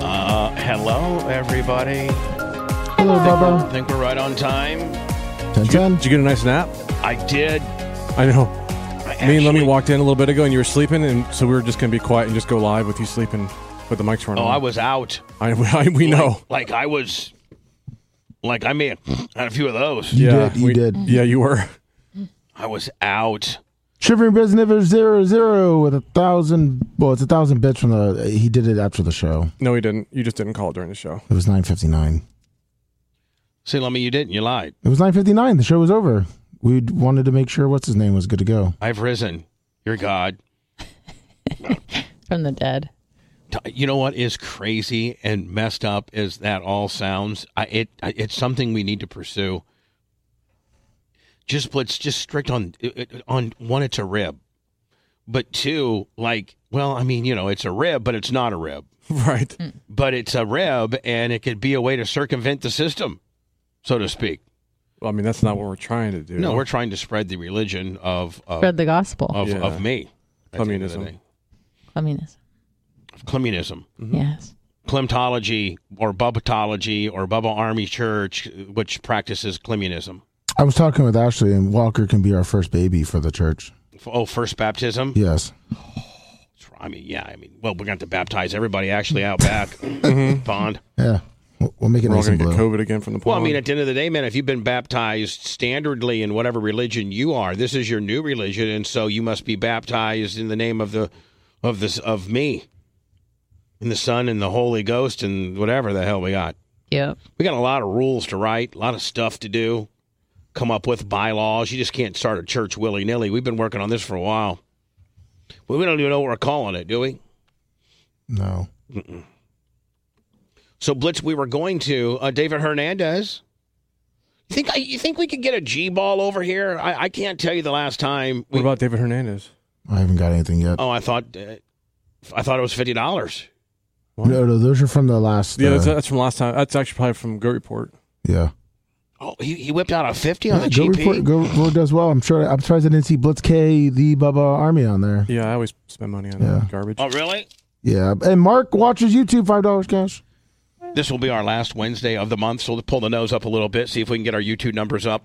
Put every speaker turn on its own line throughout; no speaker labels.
Uh, everybody.
Hello, Bubba.
I think we're right on time.
Ten
Did you,
ten.
did you get a nice nap?
I did.
I know.
I
Me and Lemmy
actually-
walked in a little bit ago, and you were sleeping, and so we were just going to be quiet and just go live with you sleeping, with the mics running.
Oh, I
on.
was out.
I, I- we know.
Like I was. Like I may have had a few of those.
You
yeah,
did. You
we-
did.
Yeah, you were.
I was out.
Shivering Biz Niver zero zero with a thousand. Well, it's a thousand bits from the. He did it after the show.
No, he didn't. You just didn't call it during the show.
It was nine fifty nine.
See, Lemmy, you didn't. You lied.
It was nine fifty nine. The show was over. We wanted to make sure what's his name was good to go.
I've risen. You're God.
from the dead.
T- You know what is crazy and messed up as that all sounds. I, it I, it's something we need to pursue. Just let's just strict on it- it- on one. It's a rib, but two, like, well, I mean, you know, it's a rib, but it's not a rib.
Right.
But it's a rib, and it could be a way to circumvent the system, so to speak.
Well, I mean, that's not what we're trying to do.
No, we're trying to spread the religion of of
Spread the gospel.
of,
Yeah.
of me. at the end of the
Communism.
day.
Communism.
Of communism.
Yes.
Clemtology or Bubbatology or Bubba Army Church, which practices communism.
I was talking with Ashley, and Walker can be our first baby for the church.
F- Oh, first baptism?
Yes.
I mean, yeah, I mean, well, we're going to baptize everybody actually out back. Bond.
Yeah. We'll, we'll make it
We're all
nice and
going to
blue.
get COVID again from the
Well, I
pond.
mean, at the end of the day, man, if you've been baptized standardly in whatever religion you are, this is your new religion, and so you must be baptized in the name of the of this of me, in the Son and the Holy Ghost and whatever the hell we got.
Yep.
We got a lot of rules to write, a lot of stuff to do, come up with bylaws. You just can't start a church willy nilly. We've been working on this for a while. Well, we don't even know what we're calling it, do we?
No.
So Blitz, we were going to uh, David Hernandez. You think I, you think we could get a G ball over here? I, I can't tell you the last time.
what
We,
about David Hernandez?
I haven't got anything yet.
oh, I thought uh, I thought it was fifty dollars.
what?
No, no, those are from the last.
Yeah,
uh,
that's, that's from last time. That's actually probably from Goat Report.
yeah.
Oh, he, he whipped out a fifty on
Yeah,
the
Go
GP.
report. Go report does well. I'm sure. I'm surprised I didn't see Blitz K, the Bubba Army on there.
Yeah, I always spend money on
Yeah.
that garbage.
Oh, really?
Yeah, and Mark watches YouTube five dollars cash.
This will be our last Wednesday of the month, so we'll pull the nose up a little bit, see if we can get our YouTube numbers up.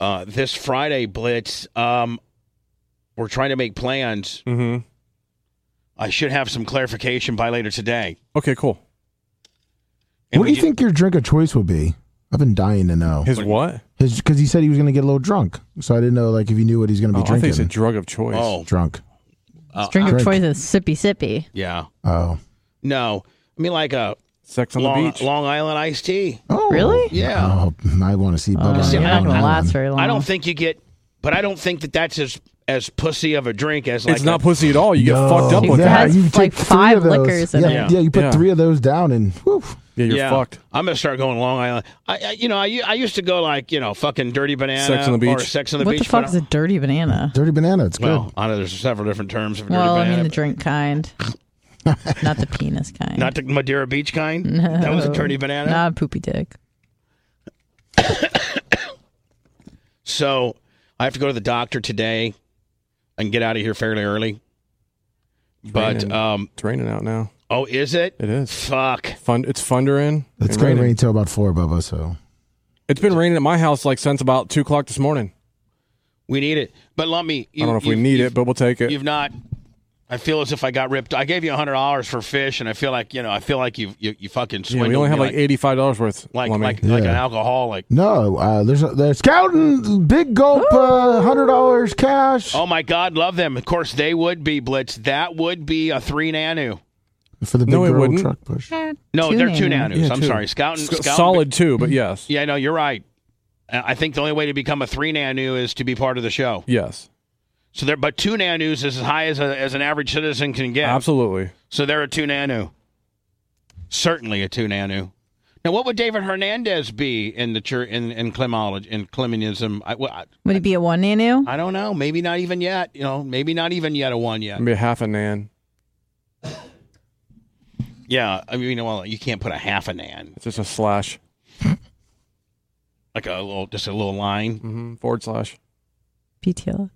Uh, this Friday blitz, um, we're trying to make plans.
hmm
I should have some clarification by later today.
Okay, cool.
And
what do
we
you think your drink of choice would be? I've been dying to know
His what?
his because he said he was going to get a little drunk, so I didn't know like if he knew what he's going to
Oh,
be
I think
drinking.
it's a drug of choice.
Oh,
drunk.
uh,
Drink of
drink.
choice is sippy sippy.
yeah.
Oh,
No, I mean like a
Sex on the
Long,
beach.
Long Island iced tea.
oh,
Really?
Yeah.
Oh, I want to see Bubba.
Uh,
on
see,
you're
that
I
not
don't-
gonna
one.
last very long.
I don't think you get, but I don't think that that's as as pussy of a drink as like
it's
a-
not pussy at all. You get
No.
fucked up with
It
that.
has,
you take
like,
three
five
of those.
liquors
Yeah,
in
yeah,
it.
you put
Yeah.
three of those down, and whew,
Yeah, you're
yeah.
fucked.
I'm gonna start going Long Island. I, I you know, I, I used to go like you know, fucking Dirty Banana
Sex on the
or
Beach.
Sex on the
What
Beach.
the fuck
but
is a dirty banana?
dirty banana. It's good.
Well, I know there's several different terms for Dirty
Well, I
Banana.
mean the drink kind, not the penis kind. Oh.
not the Madeira Beach kind. That was a Dirty Banana.
Not a poopy dick.
So I have to go to the doctor today and get out of here fairly early. But
raining.
um,
It's raining out now.
oh, is it?
It is.
Fuck.
Fun. It's thundering.
it's going
and
to
raining.
rain till about four, Bubba. So
It's been raining at my house like since about two o'clock this morning.
We need it. But let me. You,
I don't know if we
you've-
need
you've-
it, but we'll take it.
You've not. I feel as if I got ripped. I gave you hundred dollars for fish, and I feel like you know. I feel like you you, you fucking
Yeah,
swindled.
we only have
me
like eighty-five dollars worth.
like
Lummi.
like, like
Yeah.
an alcoholic.
no, uh, there's a, there's counting big gulp, uh, hundred dollars cash
Oh my God, love them. Of course they would be blitz. That would be a three nanu.
for the big
No, it
girl
wouldn't.
truck push.
No,
Two
they're two
Nanu.
nanus.
Yeah,
I'm
two.
sorry, scout and
Sc-
scout. and-
solid too, but yes,
yeah, no, you're right. Uh, I think the only way to become a three nanu is to be part of the show.
yes,
So there, but two nanus is as high as a, as an average citizen can get.
absolutely.
So they're a two nanu. Certainly a two nanu. Now, what would David Hernandez be in the church in in climology in clemenism? I, well, I,
Would it be a one nanu?
I don't know. Maybe not even yet. You know, maybe not even yet a one yet.
Maybe a half a nan.
Yeah, I mean, well, you can't put a half a nan,
It's just a slash
like a little, just a little line.
hmm forward slash.
PTL.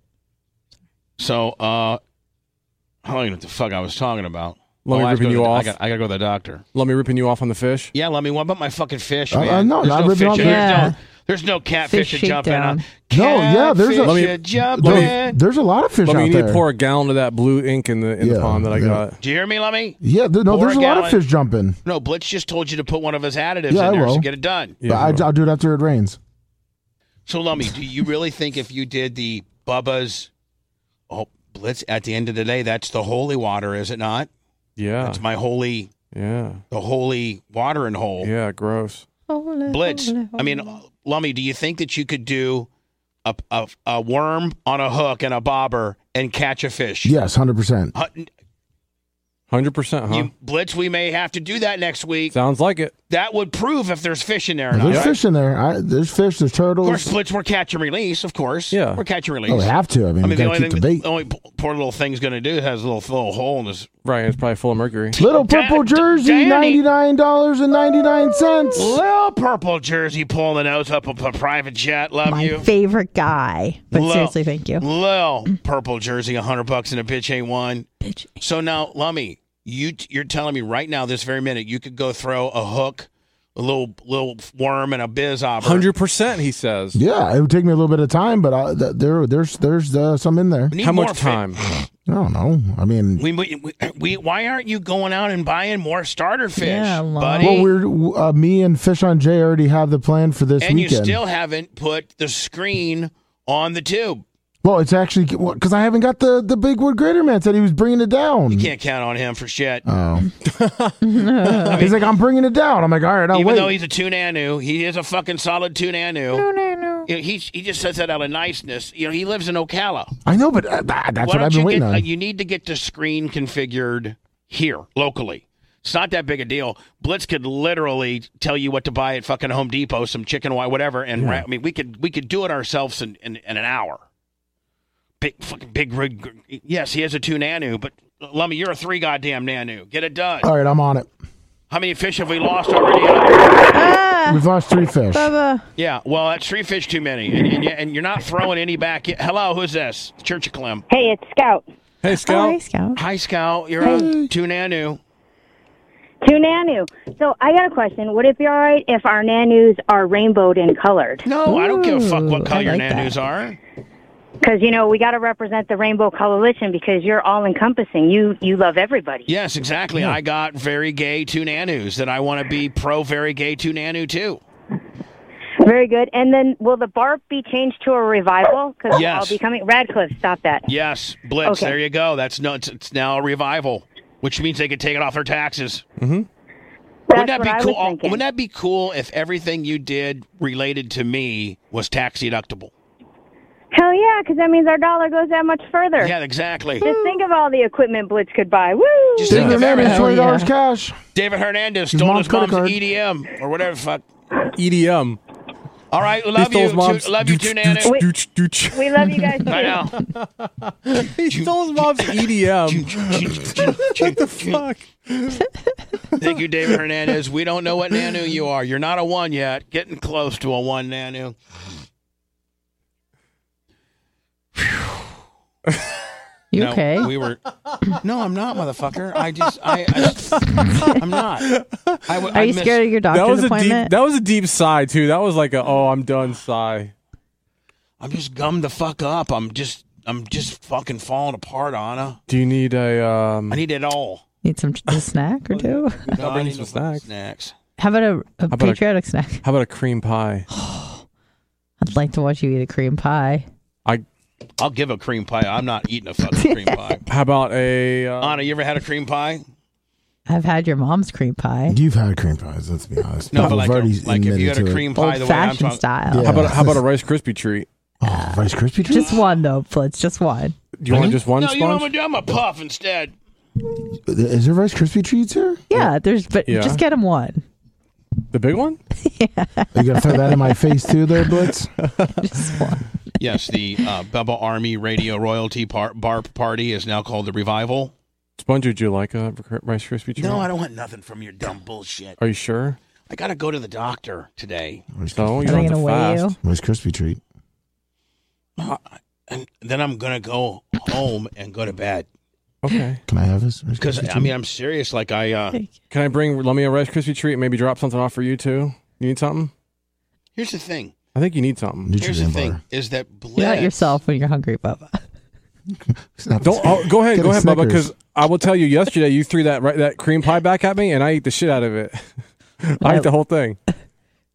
So, uh, I don't even know what the fuck I was talking about.
Let
Oh,
me
I have to
ripping
go to
you
the- I
off.
got, I gotta go to the doctor.
Let me ripping you off on the fish.
Yeah, let me. What about my fucking fish,
I- I
man?
know,
There's
I
no
ripped it
fish.
off
in-
the-
There's,
Yeah.
no, there's no catfish
Fish
to jump in on.
shakedown.
No, yeah, there's
Catfish
a- Let
me-
to jump
let me-
in.
There's a lot of fish
Let
out
me you need
there.
to pour a gallon of that blue ink in the in the
Yeah,
pond that I
yeah.
got.
Do you hear me, Lemmy?
yeah, th- no,
pour
there's
a
a lot of
gallon.
fish jumping.
No, Blitz just told you to put one of his additives
Yeah, I
in there
will.
to get it done.
Yeah, I
but I,
know.
I'll do it after it rains.
So, Lummy, do you really think if you did the Bubba's, oh, Blitz, at the end of the day, that's the holy water, is it not?
Yeah,
That's my holy,
yeah,
the holy watering hole.
yeah. Gross.
Holy,
Blitz,
holy,
I mean,
holy.
Lummy, do you think that you could do a, a, a worm on a hook and a bobber and catch a fish?
Yes, hundred percent.
Huh,
Hundred percent, huh?
you, Blitz, we may have to do that next week.
Sounds like it.
That would prove if there's fish in there or not.
There's
right?
fish in there. I, there's fish. There's
Of course,
turtles.
Blitz, we're catch and release, of course.
Yeah.
We're catch and release.
Oh, we have to. I mean,
I
we
mean, the
gotta
only,
keep
thing,
the bait.
the only p- poor little thing's going to do has a little, little hole in his
Right, it's probably full of mercury.
Little
Da-
purple
da-
jersey,
Danny.
ninety nine dollars and ninety nine cents.
little purple jersey pulling the nose up of a private jet. Love
my
you.
favorite guy. But
Lil.
seriously, thank you.
Lil purple jersey, a hundred bucks and a bitch ain't one.
Bitch.
So now, Lummy, you t- you're telling me right now, this very minute, you could go throw a hook, a little little worm, and a biz opera.
Hundred percent, he says.
Yeah, it would take me a little bit of time, but I, th- there, there's, there's uh, some in there.
We need
How
more
much
fi-
time?
I don't know. I mean,
We, we, we, we- why aren't you going out and buying more starter fish,
Yeah, Lum.
buddy?
well, we're uh, me and Fish on Jay already have the plan for this
and you
weekend.
still haven't put the screen on the tube.
well, it's actually because I haven't got the the big wood grater man said he was bringing it down.
Can't count on him for shit.
Oh, he's like, I'm bringing it down. I'm like, all right, I'll
Even
wait.
though he's a Tunanu, he is a fucking solid Tunanu. You know, he he just says that out of niceness. You know, he lives in Ocala.
I know, but uh, that- that's
Why
what
don't
I've
you
been waiting
get?
on.
uh, you need to get the screen configured here locally. It's not that big a deal. Blitz could literally tell you what to buy at fucking Home Depot, some chicken, why, whatever. And ra- I mean, we could we could do it ourselves in, in, in an hour. Big fucking big rig. Yes, he has a two nanu, but Lummy, you're a three goddamn nanu. Get it done.
all right, I'm on it.
How many fish have we lost already?
Ah,
We've lost three fish.
Bubba.
Yeah, well, that's three fish too many, and, and, and you're not throwing any back. yet. Hello, who's this? Church of Clem.
Hey, it's Scout.
Hey,
Oh,
Scout.
hey, Scout.
Hi, Scout. You're on Two Nanu.
Two Nanu. So I got a question. Would it be all right if our Nanus are rainbowed and colored?
No, I don't give a fuck what
Ooh,
color
I
your
like
Nanus
that.
are.
Because, you know, we got to represent the Rainbow Coalition because you're all encompassing. You you love everybody.
Yes, exactly. I got very gay Two Nanus that I want to be pro very gay Two Nanu too.
Very good. And then will the barp be changed to a revival? Because
Yes.
I'll be coming. Radcliffe, stop that.
Yes, Blitz.
Okay.
There you go. That's no. It's, it's now a revival, which means they could take it off their taxes.
That's
Wouldn't that
what
be
I
cool?
was thinking.
Wouldn't that be cool if everything you did related to me was tax deductible?
Hell yeah, because that means our dollar goes that much further.
Yeah, exactly.
Just think of all the equipment Blitz could buy. Woo!
Just
Big
think
wood
of
grater
everything.
man,
Hell
twenty dollars
yeah.
cash.
David Hernandez stole
mom's
his
credit
mom's
card.
EDM or whatever the fuck.
E EDM.
All right,
He
love
stole
you.
his mom's.
Too, love you, too,
dooch,
Nana.
dooch, dooch, dooch.
we love you guys.
I
too.
know.
He stole his mom's EDM.
what
the fuck?
Thank you, David Hernandez. We don't know what Nanu you are. You're not a one yet. Getting close to a one, Nanu.
You
No,
okay?
We were. No, I'm not, motherfucker. I just. I. I am not. I, w-
Are
I
you
missed-
scared of your
That
doctor's
was a deep.
appointment?
That was a deep sigh too. That was like a oh I'm done sigh.
I'm just gummed the fuck up. I'm just. I'm just fucking falling apart, Anna.
Do you need a um?
I need it all.
Need some a snack or two?
No, I
bring
need
some
no fucking
snacks.
Snacks.
How about a, a
about a-
patriotic snack?
How about a cream pie?
I'd like to watch you eat a cream pie.
I.
I'll give a cream pie. I'm not eating a fucking cream pie.
How about a? Uh,
Anna, you ever had a cream pie?
I've had your mom's cream pie.
You've had cream pies. Let's be honest.
No, but
We've
like,
already
like if you
admitted
had a
to it.
cream pie
Old
the way I'm
fashioned
talking.
style.
Yeah.
how about how about a Rice crispy treat?
Oh, Rice Krispie treat.
Just one though, Blitz. Just one.
Do you want just one
No, you know
sponge?
what I'm gonna do? I'm a puff instead.
Is there Rice Krispie treats here?
Yeah, there's but
Yeah.
just get him one.
the big one?
You gotta throw that in my face too, there, Blitz.
Just one.
Yes, the uh, Bubba Army Radio Royalty par- Barp Party is now called the Revival.
Sponge? Would you like a Rice crispy treat?
No, I don't want nothing from your dumb bullshit.
Are you sure?
I gotta go to the doctor today,
Rice
No,
Krispie-
you
Are
don't
they
have
gonna
to
weigh
fast.
you?
Rice Krispie treat.
Uh, and then I'm gonna go home and go to bed.
Okay.
Can I have this?
Because I mean, I'm serious. Like I, uh,
Can I bring Let me a Rice Krispie treat and maybe drop something off for you too? You need something?
here's the thing.
I think you need something.
Here's the thing is that
You know it
Blitz
yourself when you're hungry, Bubba.
Don't oh, go ahead,
Get
go
a
ahead, Bubba,
Snickers.
because I will tell you. Yesterday, you threw that right, that cream pie back at me, and I ate the shit out of it. I ate the whole thing.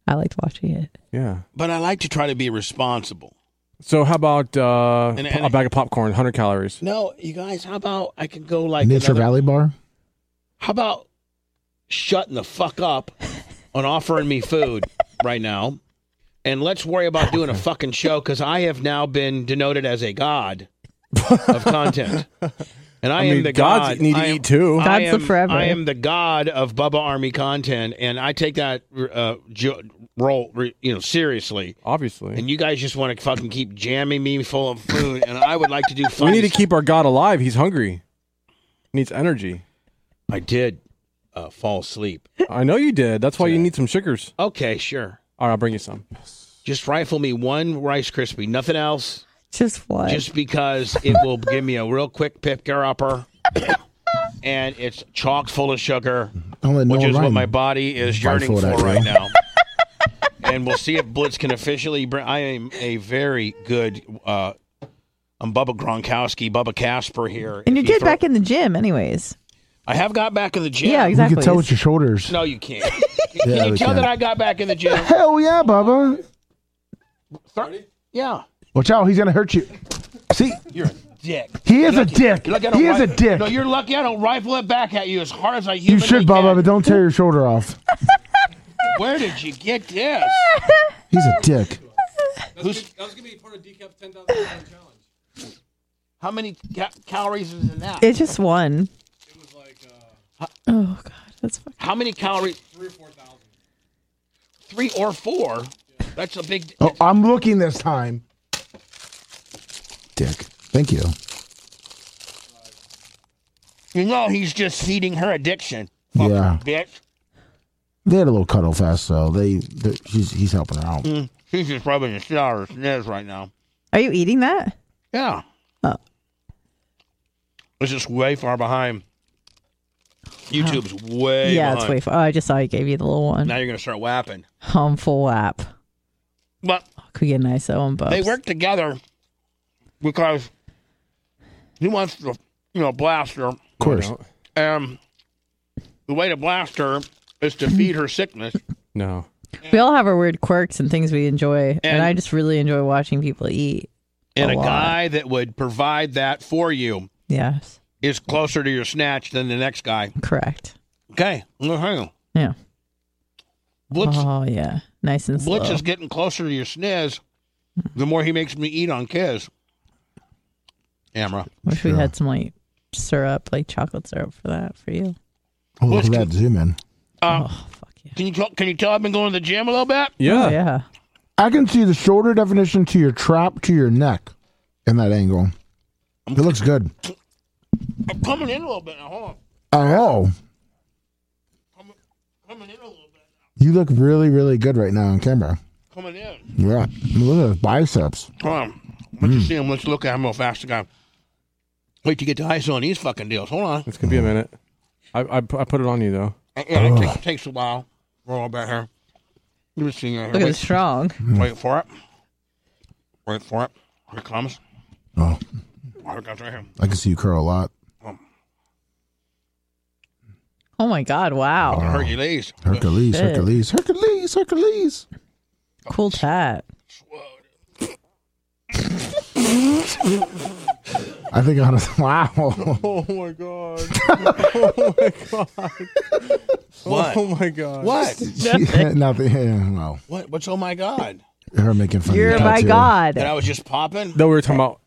I liked watching it.
Yeah.
But I like to try to be responsible.
So how about uh,
And-
po-
and-
a bag of popcorn, hundred calories?
No, you guys, how about I can go like
Nature
another-
Valley Bar.
How about shutting the fuck up on offering me food right now? And let's worry about doing a fucking show because I have now been denoted as a god of content. And I,
I
am
mean,
the
gods
god.
need to
I am-
eat too.
I
Gods live
am-
forever.
I am the god of Bubba Army content, and I take that uh, jo- role, re- you know, seriously.
Obviously,
And you guys just want to fucking keep jamming me full of food, and I would like to do.
we
fun
need to keep our God alive. He's hungry. Needs energy.
I did uh, fall asleep.
I know you did. That's why you need some sugars.
Okay, sure.
All right, I'll bring you some.
Just rifle me one Rice Krispie, nothing else,
Just what?
just because it will give me a real quick picker upper. And it's chock full of sugar,
Don't let
which
Noah
is what
Ryan-
my body is yearning
Rifle
for
that
right
thing.
now. and we'll see if Blitz can officially bring. I am a very good. Uh, I'm Bubba Gronkowski, Bubba Casper here.
and
If
you're
you
good
throw-
back in the gym, anyways.
I have got back in the gym.
Yeah,
You can
exactly.
tell with your shoulders.
No, you can't.
Yeah,
can you
we
tell
can.
that I got back in the gym?
Hell yeah, Bubba.
Thirty? Yeah.
Watch out, he's gonna hurt you. See,
You're a dick.
he is a
Lucky-
dick.
lucky I don't
He is a
rifle-
dick.
No, you're lucky I don't rifle it back at you as hard as I
You
humanly
should, Bubba, but
can.
don't tear your shoulder off.
Where did you get this?
He's a dick.
That was gonna be part of Decap's ten thousand dollar challenge.
How many ca- calories is in that?
It's just one. Oh god, that's fucking.
How many calories? Three or four thousand. Three or four? That's a big.
Oh, I'm looking this time. Dick. Thank you.
You know, he's just feeding her addiction. Fucking
Yeah.
Bitch.
They had a little cuddle fest, so they they- he's he's helping her out.
She's just rubbing the shit out of her nose right now.
Are you eating that?
Yeah.
Oh.
This is way far behind. YouTube's way
yeah,
behind.
it's way far. Oh, I just saw I gave you the little one.
Now you're going to start whapping.
Harmful lap.
But
Oh, Could get a nice that one, Bubs.
they work together because he wants to, you know, blast her.
Of course.
And the way to blast her is to feed her sickness.
No.
We all have our weird quirks and things we enjoy, and,
And-
I just really enjoy watching people eat.
And
A
a
lot.
guy that would provide that for you
Yes,
is closer to your snatch than the next guy.
correct.
Okay. well, Hang on.
Yeah.
Blitz,
oh yeah, nice and slow.
Blitz is getting closer to your sniz the more he makes me eat on kids. Amra.
Wish we had some like syrup, like chocolate syrup for that for you.
Oh, look
Let's
at that zoom in.
Uh,
Oh fuck yeah.
Can you tell, can you tell I've been going to the gym a little bit?
Yeah.
Oh yeah.
I can see the shoulder definition to your trap to your neck in that angle. It looks good.
I'm coming in a little bit now. Hold on.
I know.
Coming in a little bit.
You look really, really good right now on camera.
Coming in.
Yeah. Look at those biceps.
Hold on. Let's see him. Let's look at him real fast. I got- Wait to get the ice on these fucking deals. Hold on.
It's gonna
Uh-huh.
be a minute. I, I, pu- I put it on you though.
Uh, yeah, it takes, takes a while. Roll back here. Let me see. uh,
Look at
Wait,
it's strong.
wait for it. Wait for it. Here it comes.
Oh,
Oh, it comes right here.
I can see you curl a lot.
Oh my god! Wow.
Gonna hurt your legs.
Hercules,
Shit.
Hercules, Hercules, Hercules.
Cool tat.
I think on a wow.
Oh my god.
What?
Oh my god.
What?
Nothing. Yeah, well,
What? What's oh my god?
her making fun
You're
of your
my
tattoo.
god.
That I was just popping?
No, we were talking about.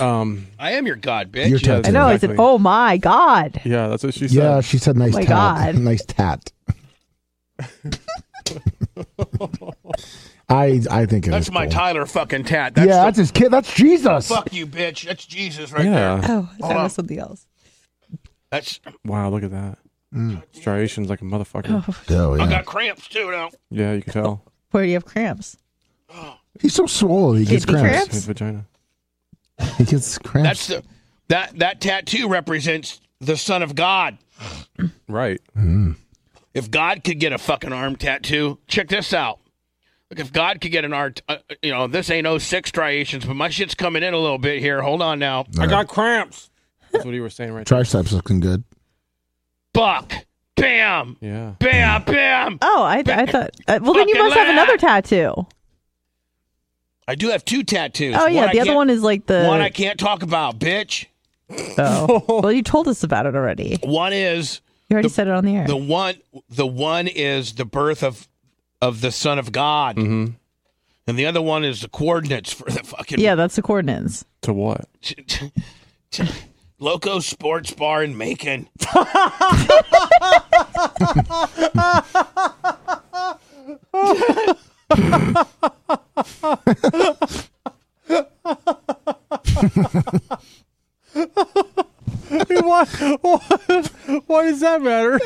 Um.
I am your god, bitch.
Your
Yeah,
tattoo.
I know. I said,
Exactly.
"Oh my god."
Yeah, that's what she said.
Yeah, she said nice
My
tat.
God.
nice tat. I I think it
That's
was
my
cool.
Tyler fucking tat. That's
yeah,
the-
that's his kid. That's Jesus.
Fuck you, bitch. That's Jesus right there.
Yeah.
Oh, I thought
Hold
it
on.
was something else.
That's
Wow. Look at that. Striations like a motherfucker.
Mm. Oh,
I
yeah.
got cramps too now.
Yeah, you can tell.
Where do you have cramps?
He's so swollen. He gets
Kidney
cramps.
cramp?
His vagina.
He gets
That's
cramps.
the That that tattoo represents the Son of God.
Right.
If God could get a fucking arm tattoo, check this out. Look, if God could get an art, uh, you know, this ain't 06 striations, but my shit's coming in a little bit here. Hold on now.
I got cramps. That's what you were saying right there.
Triceps looking good.
Buck. Bam.
Yeah.
Bam. Bam.
Oh, I, I thought. Uh, well, then you
Fucking
must have
laugh.
another tattoo.
I do have two tattoos.
Oh yeah,
I
the other
can't-
one is like the.
one I can't talk about, bitch.
oh. well, you told us about it already.
One is
You already said it on the air.
the one the one is the birth of of the son of god and the other one is the coordinates for the fucking
yeah, that's the coordinates.
To what?
loco sports bar in macon
why, why, why does that matter?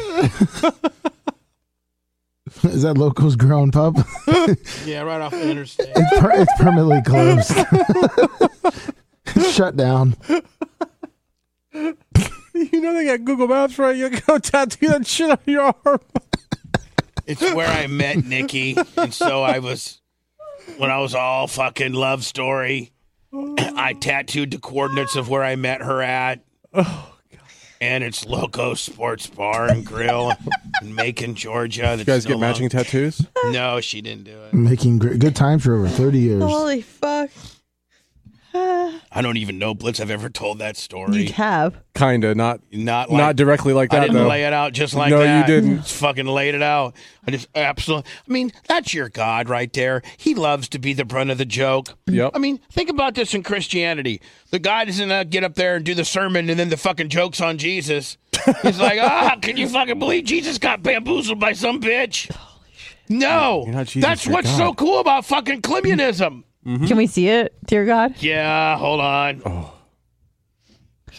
Is that Loco's ground pub?
yeah right off the interstate
It's, per- it's permanently closed. Shut down.
You know they got Google Maps, right? You go tattoo that shit on your arm.
it's where i met nikki and so i was when i was all fucking love story i tattooed the coordinates of where i met her at Oh, and it's Loco Sports Bar and Grill in Macon, Georgia.
You guys get matching tattoos?
No, she didn't do it.
Making gr- good times for over 30 years.
Holy fuck!
I don't even know Blitz. I've ever told that
You
story.
have.
Kinda, not
Not like,
not directly like
I
that
didn't
though.
lay it out just like
No, you
that.
didn't.
Just fucking laid it out. I just absolutely. I mean, that's your God right there. He loves to be the brunt of the joke.
Yep.
I mean, think about this in Christianity. The guy doesn't uh, get up there and do the sermon, and then the fucking jokes on Jesus. He's like, ah, can you fucking believe Jesus got bamboozled by some bitch? No,
You're not Jesus,
that's
you're
what's so
God.
cool about fucking communism.
Can we see it, dear God?
Yeah, hold on.
Oh.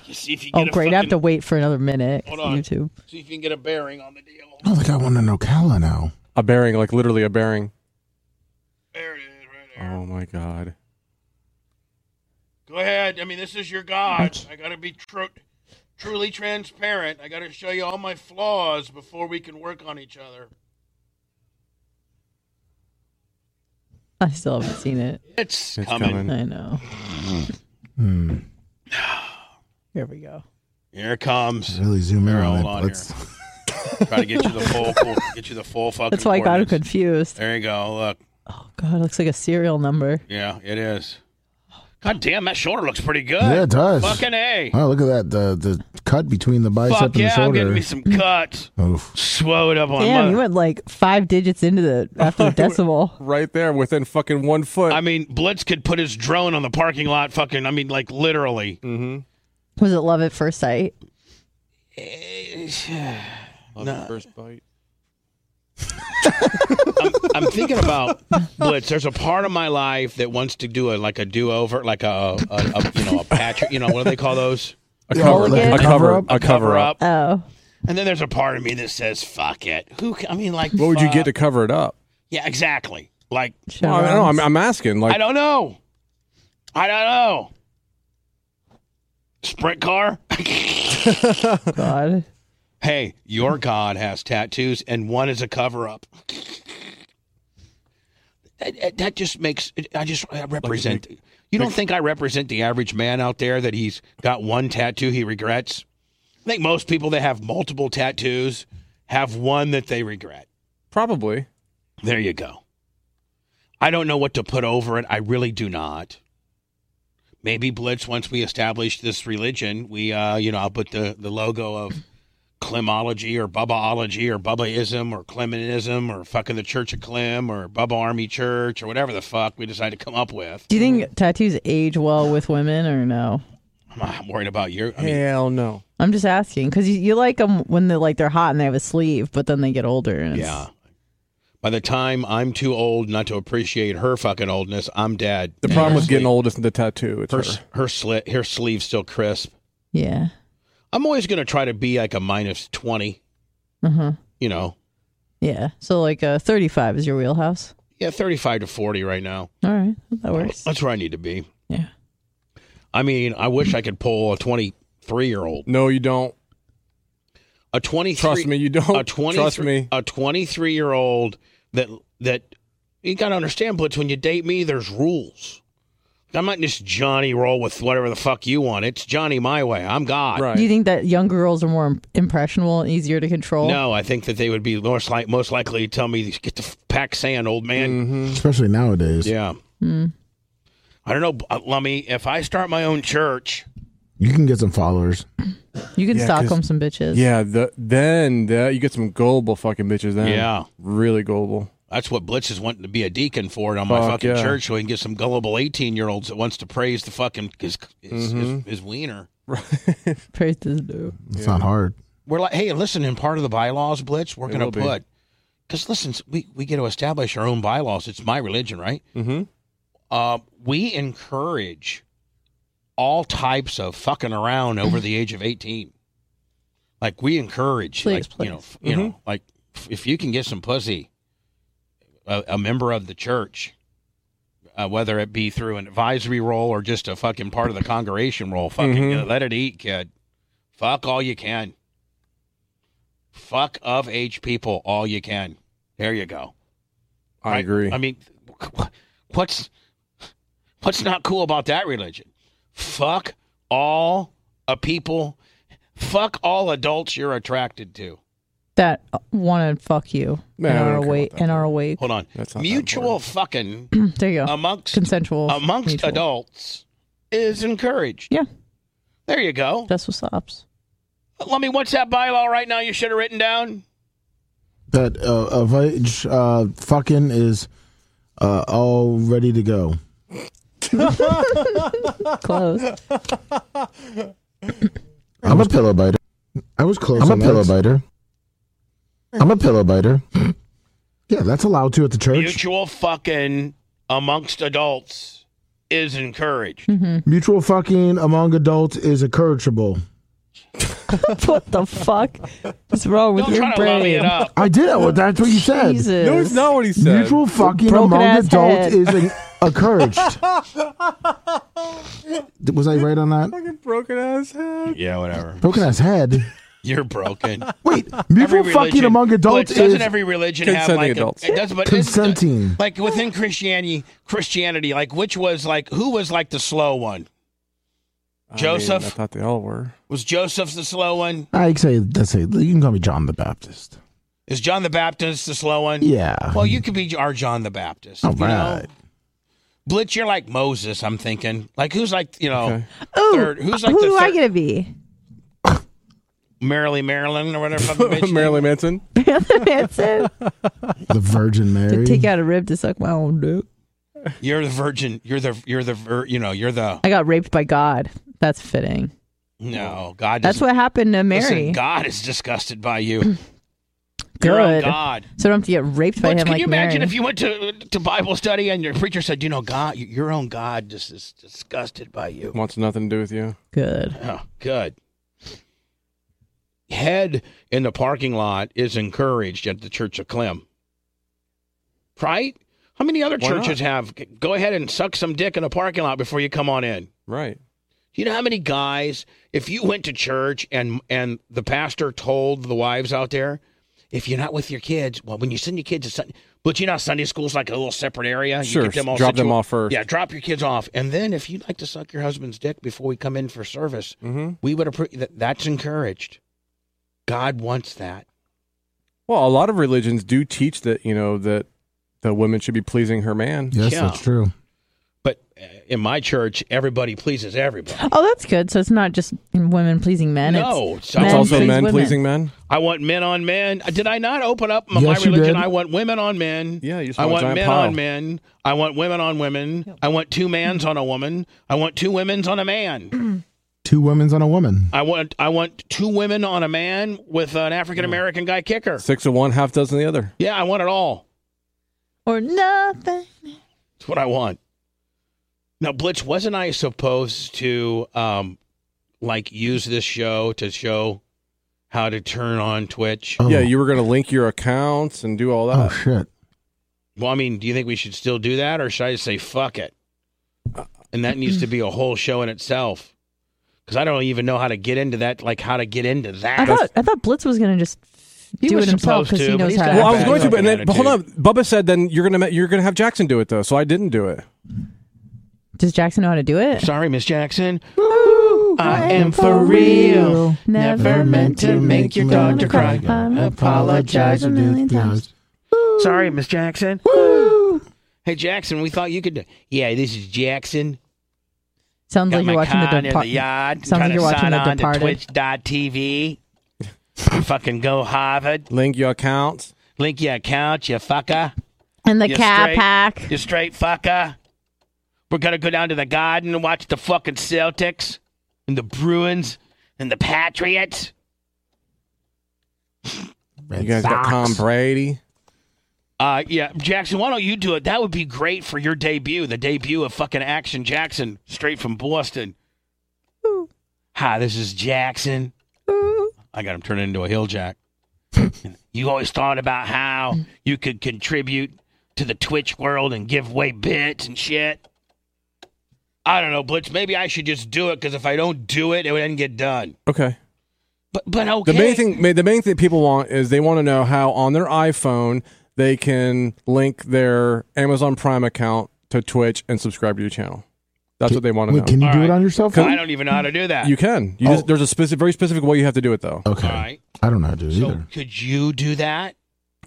You See if you
Oh,
get a
great! I have to
fucking-
wait for another minute. 'cause
Hold on.
YouTube.
See if you can get a bearing on the deal.
Oh, like I want an Ocala now.
a bearing, like literally a bearing.
There it is, right there.
Oh my god.
Go ahead. I mean, this is your God. I got to be tru- truly transparent. I got to show you all my flaws before we can work on each other.
I still haven't seen it.
It's,
It's
coming.
coming.
I know. Here we go.
Here it comes.
Really zoom in
Here, hold
on it.
on
Let's-
Try to get you the full, full get you the full fucking.
That's why I got
coordinates.
confused.
There you go. Look.
Oh God, it looks like a serial number.
Yeah, it is. God damn, that shoulder looks pretty good.
Yeah, it does.
Fucking a.
Oh, look at that. The the cut between the bicep
Fuck
and the
yeah, I'm getting
shoulder.
me some cuts.
Oof.
Swowed up on
Damn,
mother-
you went like five digits into the after the decimal.
Right there within fucking one foot.
I mean, Blitz could put his drone on the parking lot. Fucking, I mean, like literally.
Was it love at first sight?
First bite.
I'm thinking about Blitz. There's a part of my life that wants to do a like a do over, like a, a, a you know a patch. You know what do they call those?
A
Yeah,
cover,
like a
a cover
cover-up?
up. A cover up.
Oh,
And then there's a part of me that says, "Fuck it." Who? ca- I mean, like,
What would you get to
fuck.
cover it up?
Yeah, exactly. Like,
Well, I don't know. I'm, I'm asking. Like,
I don't know. I don't know. Sprint car.
God.
hey, your god has tattoos, and one is a cover up. That, that- that just makes I just I represent. you don't think I represent the average man out there that he's got one tattoo he regrets? I think most people that have multiple tattoos have one that they regret.
probably.
There you go. I don't know what to put over it. I really do not. Maybe Blitz, once we establish this religion, we uh, you know, I'll put the, the logo of Clemology or Bubbaology or Bubbaism or Cleminism or fucking the Church of Clem or Bubba Army Church or whatever the fuck we decide to come up with.
Do you think tattoos age well with women or no?
I'm not worried about your I mean
Hell no.
I'm just asking because you, you like them when they're like they're hot and they have a sleeve, but then they get older. And it's-
Yeah. By the time I'm too old not to appreciate her fucking oldness, I'm dead.
The problem with getting old isn't the tattoo. It's
her
her.
s- her slit her sleeve's still crisp.
yeah.
I'm always going to try to be like a minus 20,
Uh huh.
you know.
Yeah. So like uh, 35 is your wheelhouse.
Yeah, 35 to 40 right now.
All
Oh,
right, that works.
That's where I need to be.
Yeah.
I mean, I wish I could pull a 20 three year old.
No, you don't.
A twenty.
Trust me, you don't.
A twenty.
Trust me.
A twenty three year old that that you gotta understand, Blitz. When you date me, there's rules. I'm not just Johnny roll with whatever the fuck you want. It's Johnny my way. I'm God.
Right.
Do you think that young girls are more im- impressionable and easier to control?
No, I think that they would be most like most likely to tell me get the f- pack sand, old man.
especially nowadays.
Yeah.
Hmm.
I don't know, B- uh, Lummy. If I start my own church,
You can get some followers.
You can
Yeah, 'cause-
Stockholm some bitches.
yeah. The, then the, you get some gullible fucking bitches. Then
Yeah.
really gullible.
that's what Blitz is wanting to be a deacon for on my
Fuck,
fucking
yeah.
church, so he can get some gullible eighteen-year-olds that wants to praise the fucking his his,
Mm-hmm.
his, his wiener.
Praise this dude.
It's not hard.
We're like, hey, listen. In part of the bylaws, Blitz, we're going
will
to
be.
put because listen, s- we we get to establish our own bylaws. It's my religion, right?
Mm-hmm.
Uh, we encourage all types of fucking around over the age of 18. Like we encourage,
Please,
like, you know, f- you know, like f- if you can get some pussy, a, a member of the church, uh, whether it be through an advisory role or just a fucking part of the congregation role, fucking you know, let it eat, kid. Fuck all you can. Fuck of age people all you can. There you go.
I
Right?
agree.
I mean, what's what's not cool about that religion? Fuck all a people. Fuck all adults you're attracted to.
That want to fuck you
Man, I
and are
don't care
awake
about that.
and are awake.
Hold on.
That's not that
Mutual fucking
There you go.
amongst
Consensual.
amongst
mutual.
adults is encouraged.
Yeah,
There you go.
that's what's up.
Let me. What's that bylaw right now? You should have written down.
That uh, of age uh, fucking is uh, all ready to go.
Close.
I'm a pillow biter. I was close. I'm a pillow biter. I'm a pillow biter. yeah, that's allowed to at the church.
Mutual fucking amongst adults is encouraged.
Mutual fucking among adults is encourageable.
what the fuck is wrong with
Don't
your
try to lobby
brain?
it up.
I did. Well, that's what you said.
Oh, Jesus.
no, it's not what he said.
Mutual fucking
Broken
among
ass
adults
head.
is en- encouraged. Was I right on that?
fucking broken ass head.
Yeah, whatever.
Broken ass head.
You're broken.
Wait,
every
mutual
religion,
fucking among adults
but doesn't
is
every religion have
Consenting
like
adults.
A, it does, but it's-
consenting.
like within Christianity, Christianity, like which was like who was like the slow one?
I
Joseph.
mean, I thought they all were.
Was Joseph the slow one?
I say that's it. You can call me John the Baptist.
Is John the Baptist the slow one?
Yeah.
Well, you could be our John the Baptist.
All
you know?
right.
Blitz, you're like Moses. I'm thinking, like who's like you know,
Okay.
third? Who's like
Who
the
do I
third?
gonna be?
Marilyn, Marilyn, or whatever. fucking bitch
Marilyn Manson.
That's it.
the Virgin Mary.
to take out a rib to suck my own dick.
You're the virgin. You're the you're the vir- you know you're the
I got raped by God. That's fitting.
no God.
That's
doesn't-
what happened to Mary.
Listen, God is disgusted by you. Your own
Good.
God.
So I don't have to get raped by
But
him
can
like
you imagine
Mary.
if you went to to Bible study and your preacher said, "You know, God, your own God just is disgusted by you."
Wants nothing to do with you.
Good.
Oh, good. Head in the parking lot is encouraged at the Church of Clem. Right? How many other
Why not?
churches have? Go ahead and suck some dick in the parking lot before you come on in.
Right.
You know how many guys, if you went to church and and the pastor told the wives out there, if you're not with your kids, well, when you send your kids to Sunday, but you know Sunday school's like a little separate area.
Sure, drop them off first.
Yeah, drop your kids off, and then if you'd like to suck your husband's dick before we come in for service,
Mm-hmm.
we would approve. That, that's encouraged. God wants that.
Well, a lot of religions do teach that you know that the woman should be pleasing her man.
Yes,
Yeah.
that's true.
But uh, in my church, everybody pleases everybody.
Oh, that's good. So it's not just women pleasing men.
no,
it's
so
It's
Men
also
please
men
women.
pleasing men.
I want men on men. Did I not open up my,
Yes,
my
you
religion?
did.
I want women on men.
Yeah, you just
I
want
want
a giant
men
pile.
on men. I want women on women. I want two mans on a woman. I want two women's on a man.
Two women's on a woman.
I want I want two women on a man with an African American guy kicker.
Six of one, half dozen of the other.
Yeah, I want it all.
or nothing.
That's what I want. Now, Blitz, wasn't I supposed to um like use this show to show how to turn on Twitch?
Oh.
Yeah, you were going to link your accounts and do all
Oh
that.
shit.
Well, I mean, do you think we should still do that, or should I just say fuck it? And that needs to be a whole show in itself. because I don't even know how to get into that. Like how to get into that.
I thought I thought Blitz was gonna just
He
do
was
it himself
supposed
because
to,
he
but
knows
he's
how.
got
Well, I was
bad
going to, but, then,
attitude.
but hold on. Bubba said then you're gonna ma- you're gonna have Jackson do it though, so I didn't do it.
Does Jackson know how to do it?
Sorry, Miss Jackson. I am for real. Never meant to make your daughter cry.
Apologize a million times.
Sorry, Miss Jackson. Hey, Jackson, we thought you could. do- Yeah, this is Jackson.
Sounds
Got
like you're
my
watching
con
the
in the
Departed.
yard.
Sounds like
Trying
you're watching
to sign
The
on
Departed.
to Twitch.tv. Fucking go Harvard.
Link your accounts.
Link your account, you fucker.
And the
You
cat
straight-
pack.
You straight fucker. We're gonna go down to the garden and watch the fucking Celtics and the Bruins and the Patriots.
You guys got Tom Brady.
Uh, yeah, Jackson, why don't you do it? That would be great for your debut, the debut of fucking Action Jackson, straight from Boston. Hi, this is Jackson. I got him turned into a hill jack. you always thought about how you could contribute to the Twitch world and give away bits and shit. I don't know, Blitz. Maybe I should just do it because if I don't do it, it wouldn't get done.
Okay.
But but okay.
The main thing, ma- the main thing people want is they want to know how on their iPhone they can link their Amazon Prime account to Twitch and subscribe to your channel. That's what they want to know.
Wait, can you
All
do
right.
it on yourself?
I don't even know how to do that.
you can. You just, there's a specific, very specific way you have to do it though.
Okay.
All right.
I don't know how to do it
So
either.
could you do that?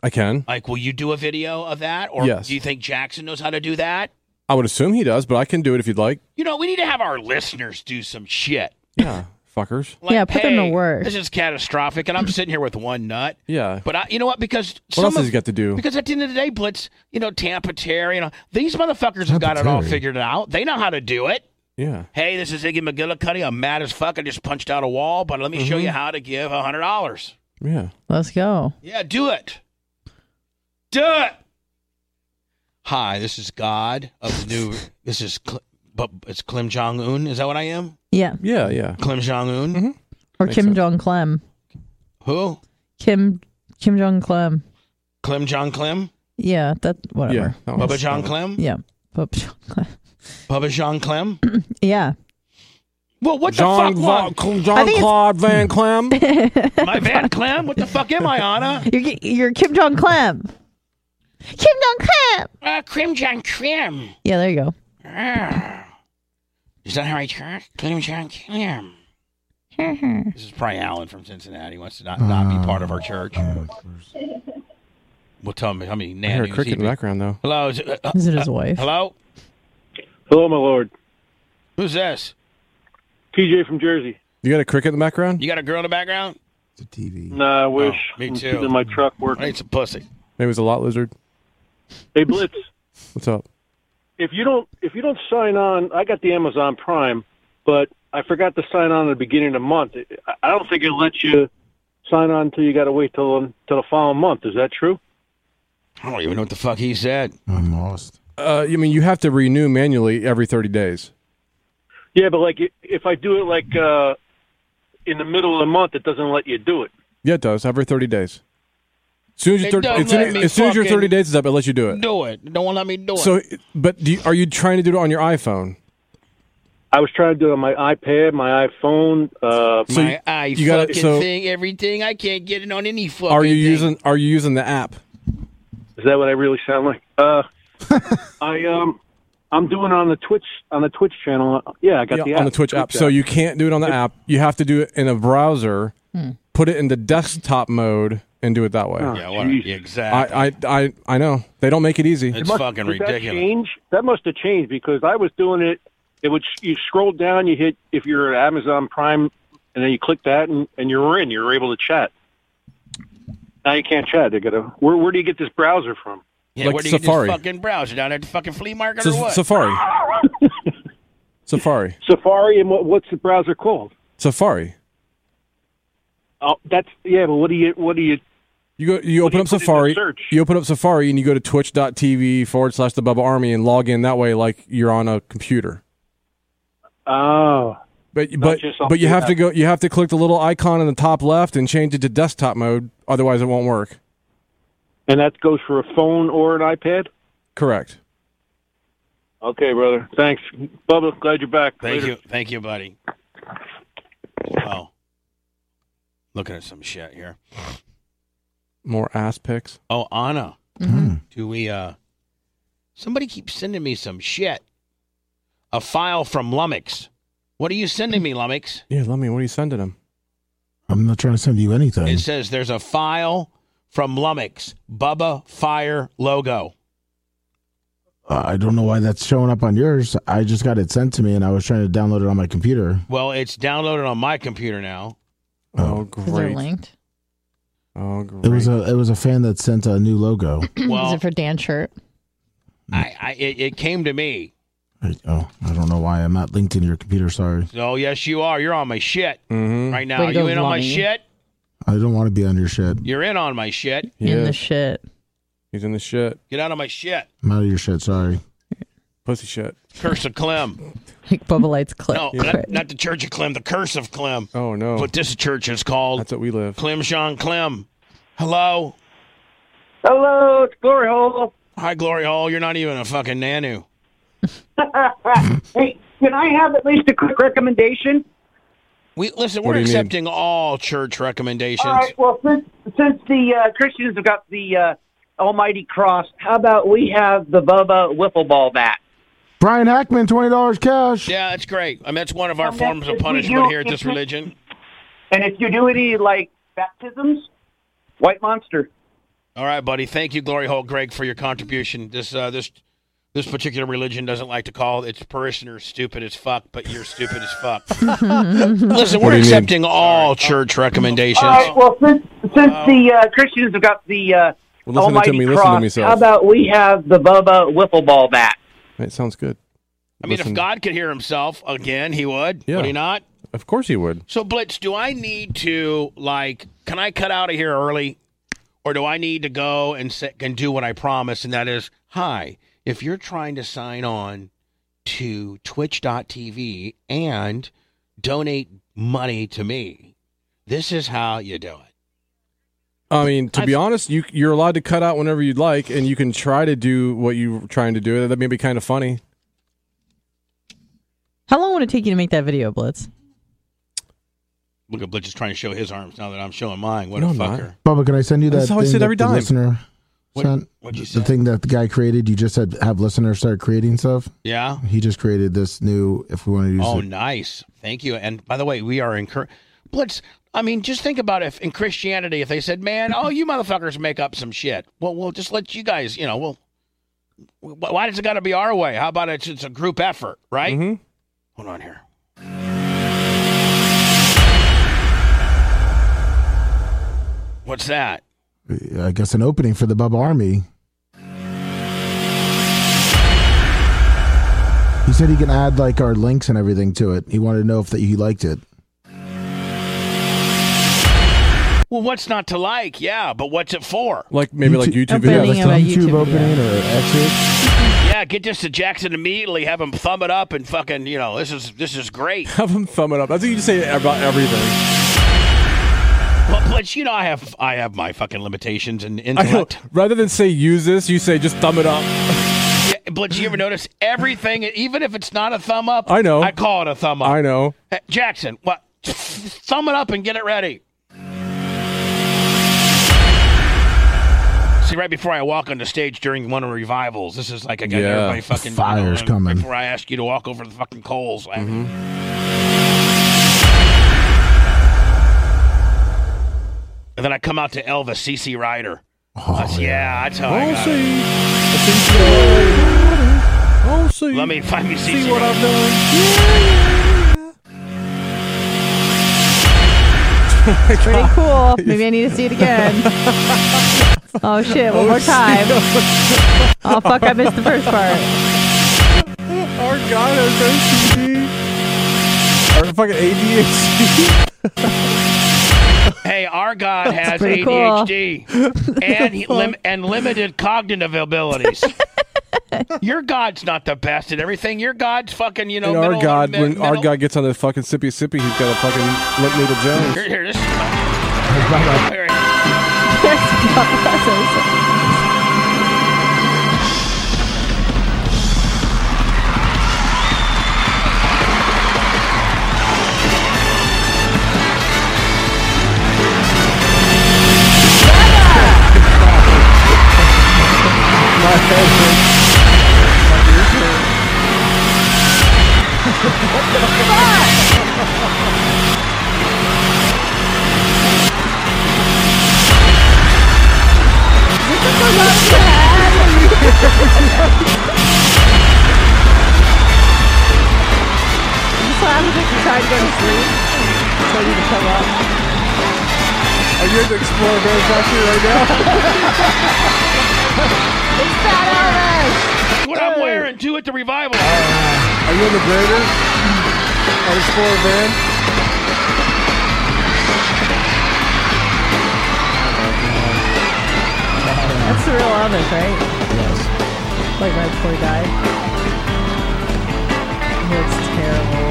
I can.
Like, will you do a video of that? Or
Yes.
do you think Jackson knows how to do that?
I would assume he does, but I can do it if you'd like.
You know, we need to have our listeners do some shit.
Yeah, fuckers.
Like,
Yeah, put them to
hey,
work.
This is catastrophic, and I'm sitting here with one nut.
Yeah.
But I, you know what? Because
What
some
else
of,
has he got to do?
because at the end of the day, Blitz, you know, Tampa Terry, you know, these motherfuckers have got it all
Terry.
figured out. They know how to do it.
Yeah.
Hey, this is Iggy McGillicuddy. I'm mad as fuck. I just punched out a wall, but let me
Mm-hmm.
show you how to give a hundred dollars.
Yeah.
Let's go.
Yeah, do it. Do it. Hi, this is God of New. this is, Cl- but it's Kim Jong Un. Is that what I am?
Yeah.
Yeah. Yeah.
Kim Jong Un.
Or
Makes
Kim
sense.
Jong Clem.
Who?
Kim Kim Jong Clem.
Kim Jong Clem.
Yeah, that
Yeah. Oh.
whatever.
that one.
Bubba John Clem.
Yeah. Pope Jong Clem.
Bubba John Clem.
Yeah.
Well, what the
John,
fuck? Wrong?
Va-
I
John
think it's-
Claude Van Clem.
My Van Clem. What the fuck am I, Anna?
You're ge- you're Kim Jong Clem. Kim Jong Clem.
Uh, Kim Jong Clem.
Yeah, there you go.
Is that how I talk? Kim Jong Clem. this is probably Alan from Cincinnati. He wants to not, not be part of our church. Well, tell me how many
I hear a
nannies
cricket
he'd
in the
be-
background though.
Hello. Is it, uh, uh,
Is it his wife?
hello.
Hello, my lord.
Who's this?
TJ from Jersey.
You got a cricket in the background?
You got a girl in the background?
The TV.
Nah, I wish.
Oh, me
I'm
too.
sitting in my truck
I
working.
need some pussy.
Maybe it was a lot lizard.
Hey, Blitz.
What's up?
If you don't, if you don't sign on, I got the Amazon Prime, but I forgot to sign on at the beginning of the month. I- I don't think it lets you sign on until you got to wait till till the following month. Is that true?
I don't even know what the fuck he said.
I'm lost.
Uh, I mean, you have to renew manually every 30 days.
Yeah, but like i- if I do it like uh, in the middle of the month, it doesn't let you do it.
Yeah, it does. Every 30 days. As soon as, you
It
thir-
don't
as, soon
let
as,
me
as soon as your
fucking-
30 days is up, it lets you do it.
Do it. Don't let me do it.
So, but do you, are you trying to do it on your iPhone?
I was trying to do it on my iPad, my iPhone. Uh,
So
my I
you
fucking
gotta- so-
thing, everything. I can't get it on any fucking.
Are you
thing.
using Are you using the app?
Is that what I really sound like? Uh, I um, I'm doing it on the Twitch on the Twitch channel. Yeah, I got
Yeah,
the app,
on the Twitch app. So you can't do it on the app. You have to do it in a browser.
Hmm.
Put it into desktop mode and do it that way.
Yeah, what,
Jesus.
exactly.
I, I I I know they don't make it easy.
it's
Must-
fucking
did That,
ridiculous.
change? that must have changed because I was doing it. It would you scroll down, you hit if you're at Amazon Prime, and then you click that, and, and you're in. You're able to chat. Now you can't chat. They got to. Where, where do you get this browser from?
Yeah,
like
where do
Safari.
you get this fucking browser down at the fucking flea market
So,
or what?
Safari. Safari.
Safari, and what, what's the browser called?
Safari.
Oh, that's yeah. But what do you what do you
You go. You
What
open
do you
up
put in the
Safari.
search?
You open up Safari and you go to twitch.tv forward slash the Bubba Army and log in that way, like you're on a computer.
oh.
But but
just off
but you
the
have to
app.
go. You have to click the little icon in the top left and change it to desktop mode. Otherwise, it won't work.
And that goes for a phone or an iPad?
Correct.
Okay, brother. Thanks. Bubba, glad you're back.
Thank
Later.
you, thank you, buddy. Oh. Looking at some shit here.
More ass pics.
Oh, Anna,
Mm-hmm.
Hmm.
do we? uh Somebody keeps sending me some shit. A file from Lummox. What are you sending me, Lummox?
Yeah, let me. What are you sending him?
I'm not trying to send you anything.
It says there's a file from Lummox. Bubba Fire logo.
Uh, I don't know why that's showing up on yours. I just got it sent to me, and I was trying to download it on my computer.
Well, it's downloaded on my computer now.
Oh,
Because they're
great.
linked.
Oh, great.
It was a it was a fan that sent a new logo.
Is
Well,
it for Dan shirt?
I, I it, it came to me.
I, oh, I don't know why I'm not linked into your computer. Sorry,
Oh yes, you are. You're on my shit
mm-hmm.
right now.
Way to
you
go,
in on my
Lummi.
shit?
I don't want to be on your shit.
You're in on my shit.
He
In the
is.
shit.
He's in the shit.
Get out of my shit.
I'm out of your shit. Sorry.
Pussy shit.
Curse of Clem.
Like Bubba Lights clip.
No, not, not the Church of Clem. The Curse of Clem.
Oh no.
What this church is called.
That's what we live.
Clem Sean Clem. Hello.
Hello, it's Glory Hole.
Hi, Glory Hole. You're not even a fucking nanu.
Hey, can I have at least a quick recommendation?
We listen.
What
We're
do you mean?
accepting all church recommendations.
All right. Well, since since the uh, Christians have got the uh, Almighty Cross, how about we have the Bubba Wiffle Ball bat?
Brian Hackman, twenty dollars cash.
Yeah, that's great. I mean, that's one of our
Well,
forms
that's-
of
if we
punishment
do-
here at
if
this
we-
religion.
And if you do any like baptisms, White Monster.
All right, buddy. Thank you, Glory Hole Greg, for your contribution. This uh, this this particular religion doesn't like to call its parishioners stupid as fuck, but you're stupid as fuck. Listen,
What
we're
do you mean?
accepting all church recommendations.
Oh.
All right. Well, since since the uh, Christians have got the uh,
Well, listen
Almighty
to me. Listen
Cross,
to me, self.
how about we have the Bubba Wiffle Ball bat?
It sounds good.
I mean,
Listen.
if God could hear himself again, he would.
Yeah.
Would he not?
Of course he would.
So, Blitz, do I need to like? Can I cut out of here early, or do I need to go and sit and do what I promise? And that is, hi. If you're trying to sign on to Twitch.tv and donate money to me, this is how you do it.
I mean, to be honest, you you're allowed to cut out whenever you'd like, and you can try to do what you're trying to do. That may be kind of funny.
How long would it take you to make that video, Blitz?
Look at Blitz is trying to show his arms now that I'm showing mine. What
No,
a
I'm not.
fucker!
Bubba, can I send you that?
That's how I
thing
said
that
every
the
time.
Listener
What-
sent?
what'd you
the
say?
thing that the guy created. You just said have listeners start creating stuff.
Yeah.
He just created this new. If we want to use
Oh,
it,
nice. Thank you. And by the way, we are encouraged. Blitz, I mean, just think about if in Christianity, if they said, man, oh, you motherfuckers make up some shit. Well, we'll just let you guys, you know, we'll. wh- Why does it got to be our way? How about it's, it's a group effort, right?
Mhm.
Hold on here. What's that?
I guess an opening for the Bubba Army. He said he can add like our links and everything to it. He wanted to know if that he liked it.
Well, what's not to like? Yeah, but what's it for?
Like maybe like YouTube
yeah,
Opening
like
videos.
of a
the YouTube,
YouTube
opening or exit.
Yeah, get this to Jackson immediately. Have him thumb it up and fucking, you know, this is this is great.
Have him thumb it up. That's what you just say about everything.
But, but you know, I have I have my fucking limitations and
I know.
intellect.
Rather than say use this, you say just thumb it up.
Yeah, but you ever notice everything, even if it's not a thumb up?
I know.
I call it a thumb up.
I know.
Hey, Jackson, what? Thumb it up and get it ready. See, right before I walk on the stage during one of the revivals, this is like I got
Yeah.
everybody fucking
Fire's coming.
Before I ask you to walk over the fucking coals, I-
Mm-hmm.
and then I come out to Elvis, CC Rider.
Oh,
That's- yeah. that's how I got it.
see. I'll see.
Let me find me CC.
see what
Rider.
I've done.
Pretty cool. Maybe I need to see it again. oh shit! One more time. Oh fuck! I missed the first part.
Our God has OCD. Our fucking ADHD.
Hey, our God has
pretty
ADHD and he- lim- and limited cognitive abilities. Your God's not the best at everything. Your God's fucking, you know,
And
middle,
our God,
mid-
when our
middle-
God gets on the fucking sippy sippy, he's got a fucking lip needle Jones.
Here, here, this.
This what happens if you try to go to sleep. So you come up.
Are you at the Explorer Bear Factory right now?
It's fat Irish.
What I'm wearing, do at the revival.
Are you in the grader? At Explorer Van?
That's the real Elvis, right?
Yes.
Like right before he died. It's terrible.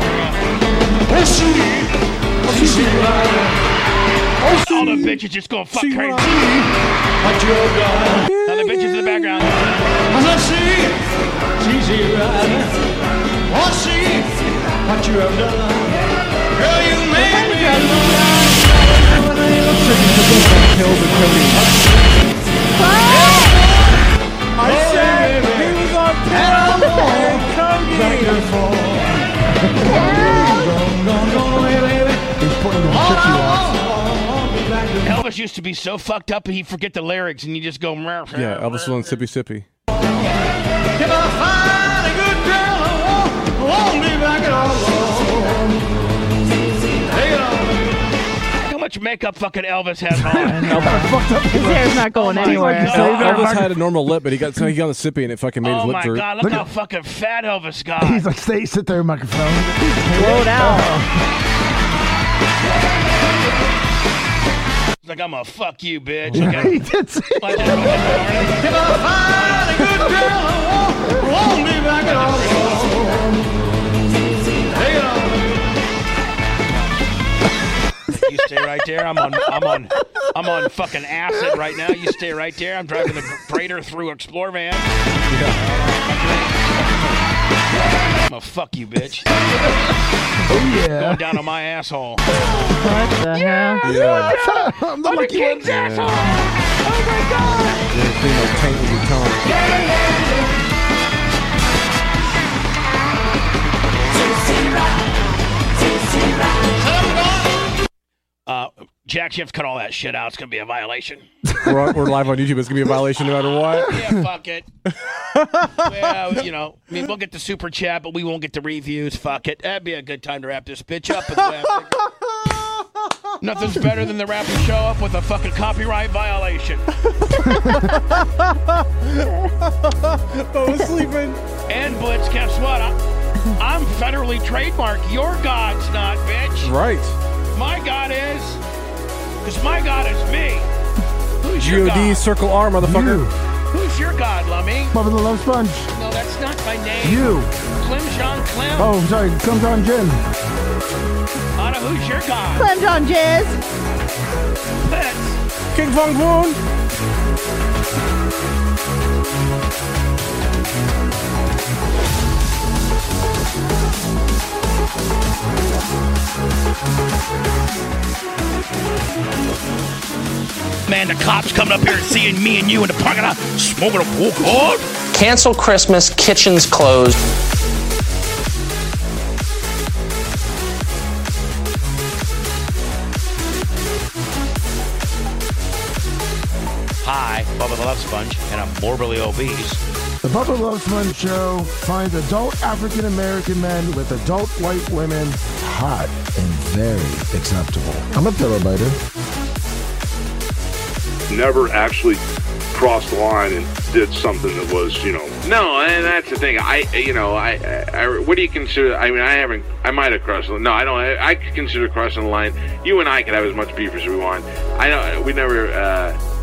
All the bitches just going fuck crazy. Now the bitches in the background.
He's putting the chicky off.
Elvis used to be so fucked up he'd forget the lyrics and you just go.
Yeah, Elvis was on Sippy Sippy.
How much makeup fucking Elvis has on?
His hair's not going anywhere.
God.
El- Elvis had a normal lip, but he got so he got on Sippy and it fucking made his
oh
lip
my
droop.
god, look how fucking fat Elvis got.
Oh!
He's like, stay, sit there, microphone.
Blow it out.
He's like, I'm gonna fuck you, bitch.
he
Like,
did say
I- like, that. you stay right there. I'm on. I'm on. I'm on fucking acid right now. You stay right there. I'm driving the freighter through Explore van. I'm gonna fuck you, bitch.
yeah.
Going down on my asshole.
What the hell?
Yeah,
I'm the lucky one.
yeah, being like taint with your tongue.
Uh, Jack, you have to cut all that shit out. It's gonna be a violation.
We're, on- we're live on YouTube. It's gonna be a violation no matter what.
Yeah, fuck it. well, you know, I mean, we'll get the super chat, but we won't get the reviews. Fuck it. That'd be a good time to wrap this bitch up. With laughter. Nothing's better than the rapper show up with a fucking copyright violation.
I was sleeping.
And Blitz, guess what? I, I'm federally trademarked. Your God's not, bitch.
Right.
My God is. Because my God is me. Who's your
God
God?
circle R, motherfucker.
You.
Who's your God, Lummy?
Bubba the Love Sponge.
No, that's not my name.
You.
Clem Jean Clem.
Oh, sorry. Comes on Jim.
Anna, who's your God?
Slim John Jizz.
Blitz.
King Fong Boon.
Man, the cops coming up here and seeing me and you in the parking lot smoking a pool card.
Cancel Christmas, kitchens closed.
Hi, Bubba the Love Sponge, and I'm morbidly obese.
The Bubba Love Sponge Show finds adult African American men with adult white women hot and very acceptable. I'm a pillow biter.
never actually crossed the line and did something that was, you know,
No, and that's the thing. I, you know, I, I, I- what do you consider? I mean, I haven't. I might have crossed. the- No, I don't. I, I could consider crossing the line. You and I could have as much beef as we want. I don't. We never. Uh,